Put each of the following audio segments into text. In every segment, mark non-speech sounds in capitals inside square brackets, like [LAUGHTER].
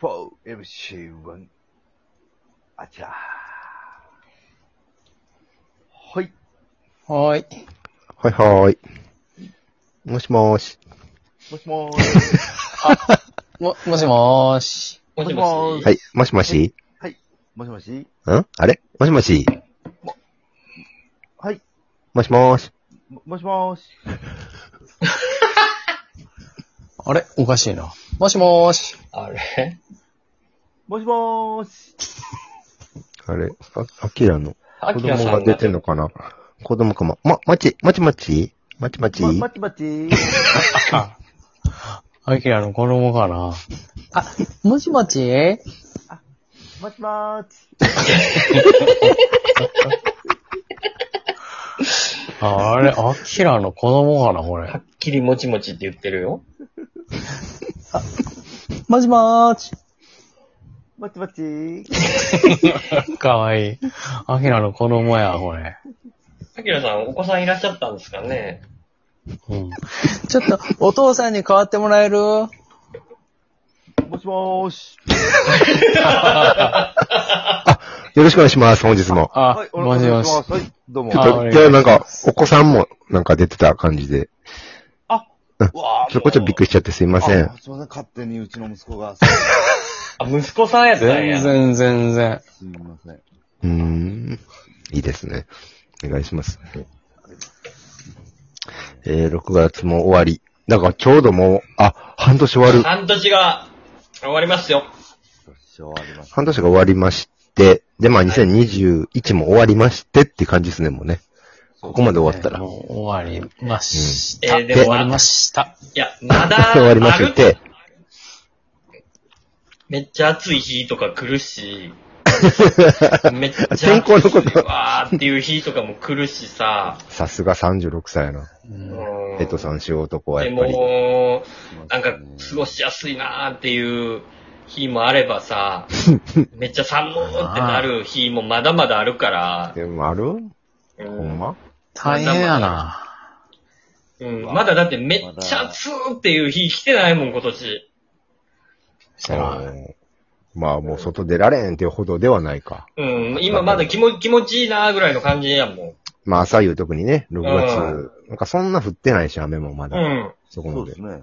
for MC1。あちゃー。ほい。はーい。はいはーい。もしもーし。もしもーし。も、もしもーし。もしもーし。はい、もしもしもしもし。んあれもしもしはい。もしもーし。ももしもーし。あれおかしいな。もしもーし。あれ [LAUGHS] もしもーし。あれあ、アキラのア子キ供ラさがん出がてんのかな子供かも。ま、まち、まちまちまちまちま、待って待って。アキラの子供かな。あ、もしもち待ちまーす。ああれ、アキラの子供かな、こはれ。っきりもちもちって言ってるよ。もしもーし。待って待って。かわいい。アキラの子供や、これ。アキラさん、お子さんいらっしゃったんですかねうん。ちょっと、お父さんに代わってもらえるもしもーし。よろしくお願いします、本日も。あ、おもしもし。す。はい、どうもちょ。あお願っいと、いや、なんか、お子さんもなんか出てた感じで、わーちょこちょこびっくりしちゃってすいませんあ。すいません、勝手にうちの息子が。あ、息子さんやったんや。全然、全然。すみません。うーん。いいですね。お願いします。えー、6月も終わり。だからちょうどもう、あ、半年終わる。半年が終わりますよ。ご視聴ありました。半年が終わりまして、で、まあ2021も終わりましてって感じですね、もうね。ここまで終わったら。もう終わりましうた。んえーでも終わりました。いや、まだ、 [LAUGHS] 終わりましあるて。めっちゃ暑い日とか来る [LAUGHS] し、めっちゃ暑い天候のことわーっていう日とかも来るしさ、さすが36歳やな。うペットさん仕事子はでやっぱり。も、なんか、過ごしやすいなーっていう日もあれ [LAUGHS] ばさ、めっちゃ寒ーってなる日もまだまだあるから、でもあるうんほんま大変やな。うん、まだだってめっちゃ暑ーっていう日来てないもん、今年。してないうんまあもう外出られんっていうほどではないか。うん、今まだ気も気持ちいいなーぐらいの感じやもまあ朝夕特にね、6月。なんかそんな降ってないし、雨もまん。うだ。ん。そこそまうで。ですね。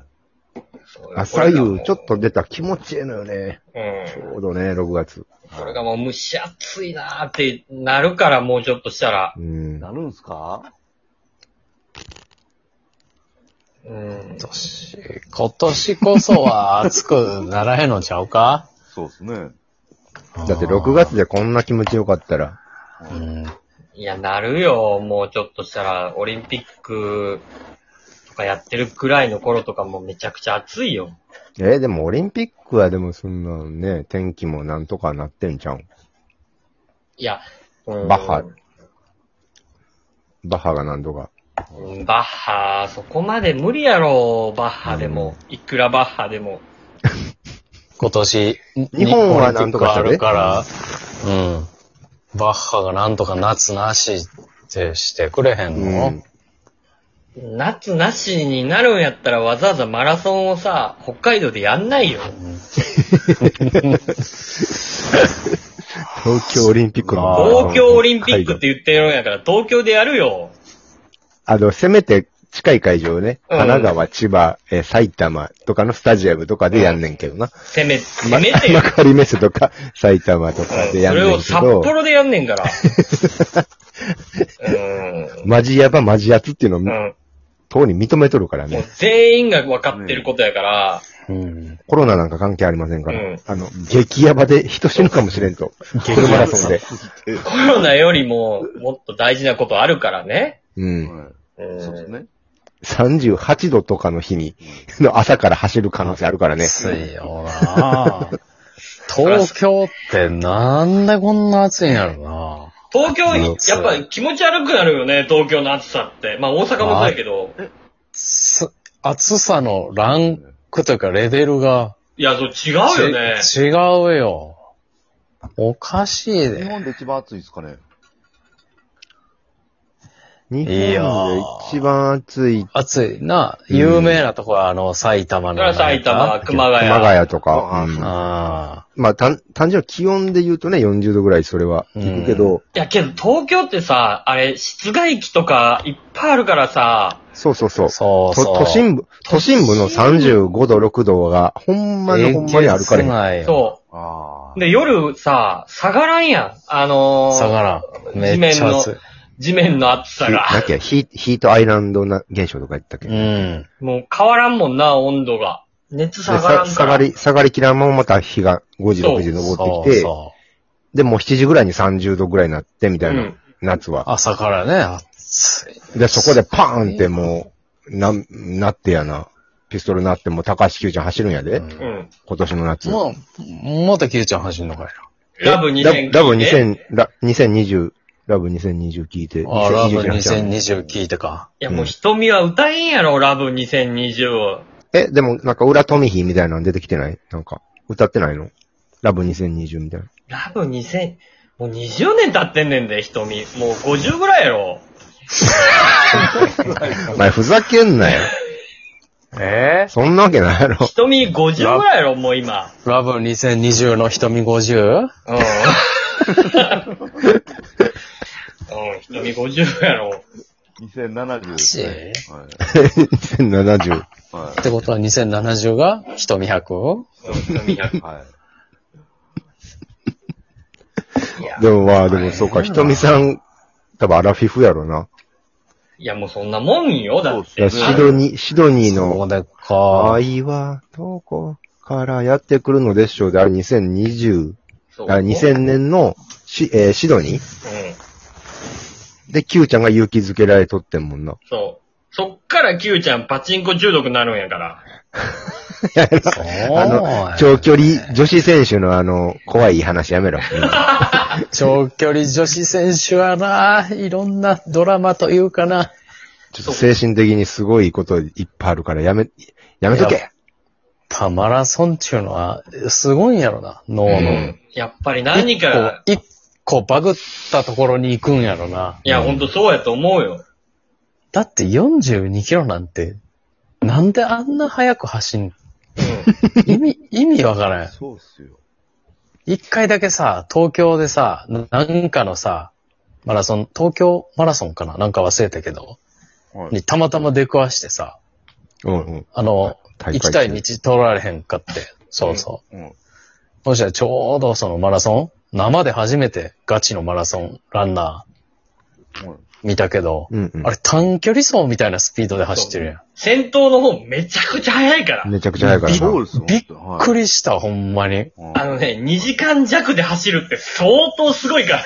朝夕ちょっと出たら気持ちいいのよね。ちうん。ょうどね、6月。それがもう蒸し暑いなーってなるから、もうちょっとしたら。うん。なるんすかうん。今年、今年こそは暑くならへんのちゃうかそうですね。だって6月でこんな気持ちよかったら、うん。いや、なるよ、もうちょっとしたら、オリンピックとかやってるくらいの頃とかもめちゃくちゃ暑いよ。えーでもオリンピックはでもそんなね、天気もなんとかなってんじゃん。いや、うんバッハバッハがなんとか。うんバッハ、そこまで無理やろ、バッハでも。いくらバッハでも。今年、日本はなんとかしたでオリンピックあるから、うん。バッハがなんとか夏なしってしてくれへんの、うん夏なしになるんやったらわざわざマラソンをさ、北海道でやんないよ。東京オリンピックのあー東京オリンピックって言ってるんやから、東京でやるよ。あの、せめて近い会場をね、うん神奈川、千葉、えー埼玉とかのスタジアムとかでやんねんけどな。せめ、せめてよま。かりメスとか、埼玉とかでやそんれねんをけ札ど、幌でやんねんから。うん。マジやばマジやつっていうのを、うん。とうに認めとるからもうね。全員が分かってることやから、うん。コロナなんか関係ありませんから。うんあの、激ヤバで人死ぬかもしれんと。フルマラソンで。コロナよりももっと大事なことあるからね。うん。はうい。そうですん。ね。 38度とかの日に、の朝から走る可能性あるからね。暑いよな [LAUGHS] 東京ってなんでこんな暑いんやろ東京、うんやっぱ気持ち悪くなるよね、東京の暑さって。まあ大阪もそうやけど。なす暑さのランクというかレベルが、いや、そう違うよね。ち違うよ。おかしい日で。本で一番暑いですかね。日本いやでー一番暑い、暑いな。有名なとこは、あの、埼玉だのかならんか。埼玉、熊谷。熊谷とか、あうんあまあ、単単純に気温で言うとね、40度ぐらいそれは聞くけど、いやけど東京ってさ、あれ、室外機とかいっぱいあるからさ、そうそうそうあ。。そうとそう。都心部、都心部の35度、6度が、ほんまのほんまに歩かれへん。ないよ。そあう。で、夜さ、下がらんやん。あのー下がらん。めっちゃ暑い。地面の暑さひが。なきゃヒーヒートアイランドな現象とか言ったっけ、うでん。もう変わらんもんな、温度が。熱下がらんさから。下がり、下がりきらんまままた日が5時、そう6時にそ登っうてきて、そう。で、もう7時ぐらいに30度ぐらいになって、みたいな、うん夏は。朝からね、暑い。で、そこでパーンってもう、な、なってやな。ピストルなってもう高橋九ちゃん走るんやで、うんうん。今年の夏。もう、またキューちゃん走んのかいな。ラブ2000ラ聞いてラブ2000、ラ2020、ラブ2020聞いて。あ、ラブ2020の話やん2020聞いてか。いや、もう瞳は歌えんやろ、ラブ2020を。え、でも、なんか、裏富比みたいなの出てきてないなんか、歌ってないのラブ2020みたい [LAUGHS] な。ラブ2000、もう20年経ってんねんで、瞳。もう50ぐらいやろ。お前、ふざけんなよ。えそんなわけないやろ。瞳50ぐらいやろ、もう今。ラブ2020の瞳 50? うん。うん、瞳50やろ。あ。2070ジですね。はい2070。はってことは2070が瞳 100? うん瞳100い。はい。でも、まあ、でも、そうか、ひとみさん、多分、アラフィフやろな。いや、もうそんなもんよ、だいっやて。シドニー、シドニーその、うでか。愛は、どこからやってくるのでしょうで、あれ、2020、そうあ2000年の、し、えーシドニーうん。で、キューちゃんが勇気づけられとってんもんな。そう。そっから Q ちゃんパチンコ中毒になるんやから。そうあの、長距離女子選手のあの、怖い話やめ [LAUGHS] ろ。長距離女子選手はな、いろんなドラマというかな。ちょっと精神的にすごいこといっぱいあるから、やめ、やめといけパマラソンっていうのは、すごいんやろな、脳うの。ん。やっぱり何かが、一個、一個バグったところに行くんやろな。いや、ほんとそうやと思うよ。だって42キロなんて、なんであんな速く走ん、う意味、意味わからん。そうっすよ。一回だけさ、東京でさ、ななんかのさ、マラソン、東京マラソンかななんか忘れたけど、はい。にたまたま出くわしてさ、うんうん。あの、大行きたい道通られへんかって。そうそう。うん。そしたらちょうどそのマラソン、生で初めてガチのマラソンランナはいー見たけど、うんうんあれ短距離走みたいなスピードで走ってるやんん。。先頭の方めちゃくちゃ速いから。めちゃくちゃ速いからそうな。ですよ。びっ本当くに。りした、ほんまに。はいあのね、2時間弱で走るって相当すごいから。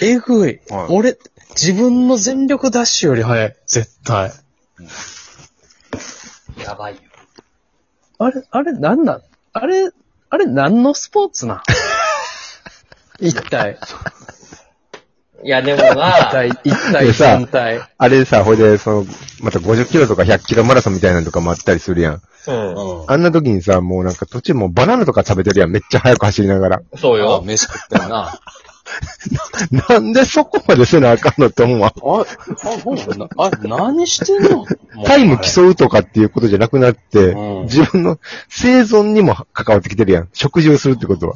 えぐい。はい俺、自分の全力ダッシュより速い。絶対。やばいよ。あれ、あれ、なんなんあれ、あれ、何のスポーツなん一体、いや、でも [LAUGHS] 一な、体、一体、でさ全体。あれさ、ほいで、その、また50キロとか100キロマラソンみたいなのとかもあったりするやん。うん。あんな時にさ、もうなんか途中もうバナナとか食べてるやん。めっちゃ速く走りながら。 [LAUGHS] そうよ。飯食ってんな。なんでそこまでせなあかんのって思うわ。あ、あ、ほんな、あ、何してんのタイム競うとかっていうことじゃなくなって、うん自分の生存にも関わってきてるやん。食事をするってことは。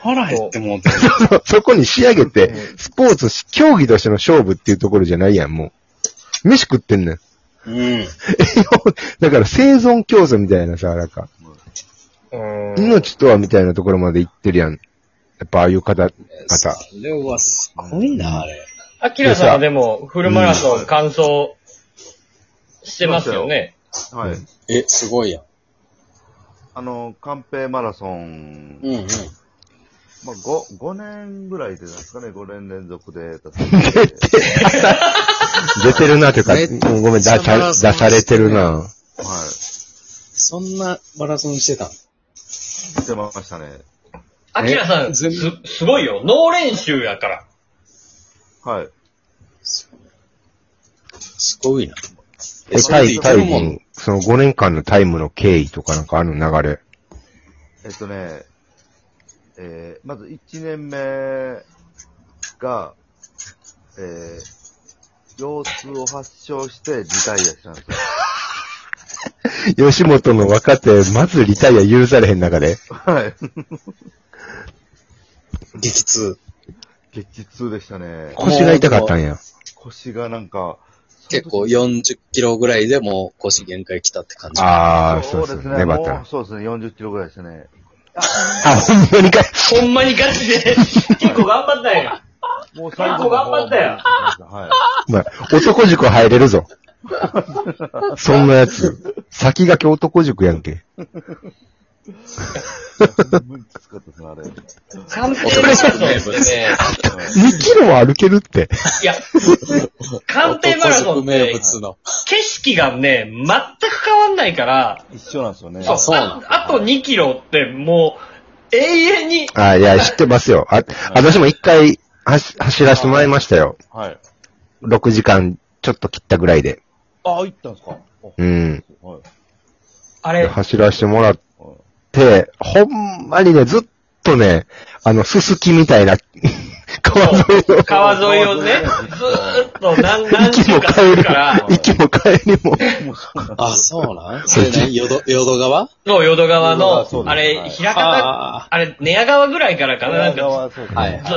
腹減ってもうてる。 [LAUGHS] そこに仕上げてう、スポーツし、競技としての勝負っていうところじゃないやん、もう。飯食ってんねん。うん。 [LAUGHS] だから生存競争みたいなさ、なんか、うん。命とはみたいなところまで行ってるやん。やっぱああいう方、方。それはすごいな、あれ。アキラさんはでも、フルマラソン完走してますよね。はい。え、すごいやん。あの、寛平マラソン、うんうん。まあ、5、5年ぐらい出たんですかね、5年連続で出出てさ、出てるなというか、めっちゃもうごめん、出さ、マラ出ソンされてるな。はい。そんなマラソンしてた出ましたね。アキラさん、えす全、すごいよ。脳練習やから。はい。すごいな。え、タイ、タイもん。ム、その5年間のタイムの経緯とかなんかある流れ。えっとね、えー、まず1年目が、えー、腰痛を発症してリタイアしたんですよ。吉本の若手、まずリタイア許されへん中で。はい。激痛。激痛でしたね。腰が痛かったんや。腰がなんか、結構40キロぐらいでもう腰限界来たって感じ。ああ、そうですね。粘ったもうな。そうですね、40キロぐらいでしたね。あ、ほんまにかい。ほんまにガチで、 [LAUGHS] 結構頑張ったんや。もう最後の方頑張ったよはい。 [LAUGHS] お前、男塾入れる [LAUGHS] ぞ。そんなやつ。先駆け男塾やんけ。難しかったですね、あれ。完璧マラソンってね、 2キロは歩けるって。 [LAUGHS] いや、官邸マラソンって、の。景色がね、全く変わんないから、一緒なんですよね。あそうなんああと2キロってもう、永遠に、あ、いや、知ってますよ。あ、私も一回、はし、走らせてもらいましたよ。はい。 6時間、ちょっと切ったぐらいで。あ、行ったんですかあうん。はい。あれ、走らせてもらって、ほんまにね、ずっとね、あの、すすきみた [LAUGHS] いな、川沿いを、川沿いをね、ずーっと何、何息周もかす帰るるから、、息も帰りも、もうそうなんあ、そうなんそれね、淀、淀川の淀川淀川そのう、ですあれは、い平方、ああれ、寝屋川ぐらいからかな、なんか、そうですねはいず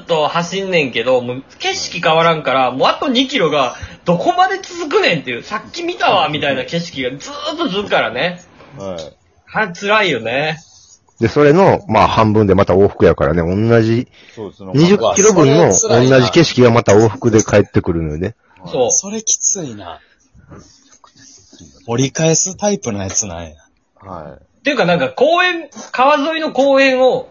ーっと走んねんけど、もう景色変わらんから、もうあと2キロが、どこまで続くねんっていう、さっき見たわ、みたいな景色がずーっと続くからね。はい。はい、辛いよね。で、それの、まあ、半分でまた往復やからね、同じ、そうですね。 20キロ分うのわそれ辛いな同じ景色がまた往復で帰ってくるのよね。そうあ。。それきついな。折り返すタイプのやつなんや。はっていうかなんか公園、川沿いの公園を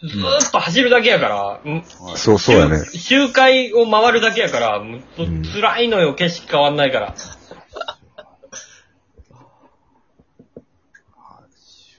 ずーっと走るだけやから、うんそうそうやね。周周回を回るだけやから、もううん辛いのよ、景色変わんないから。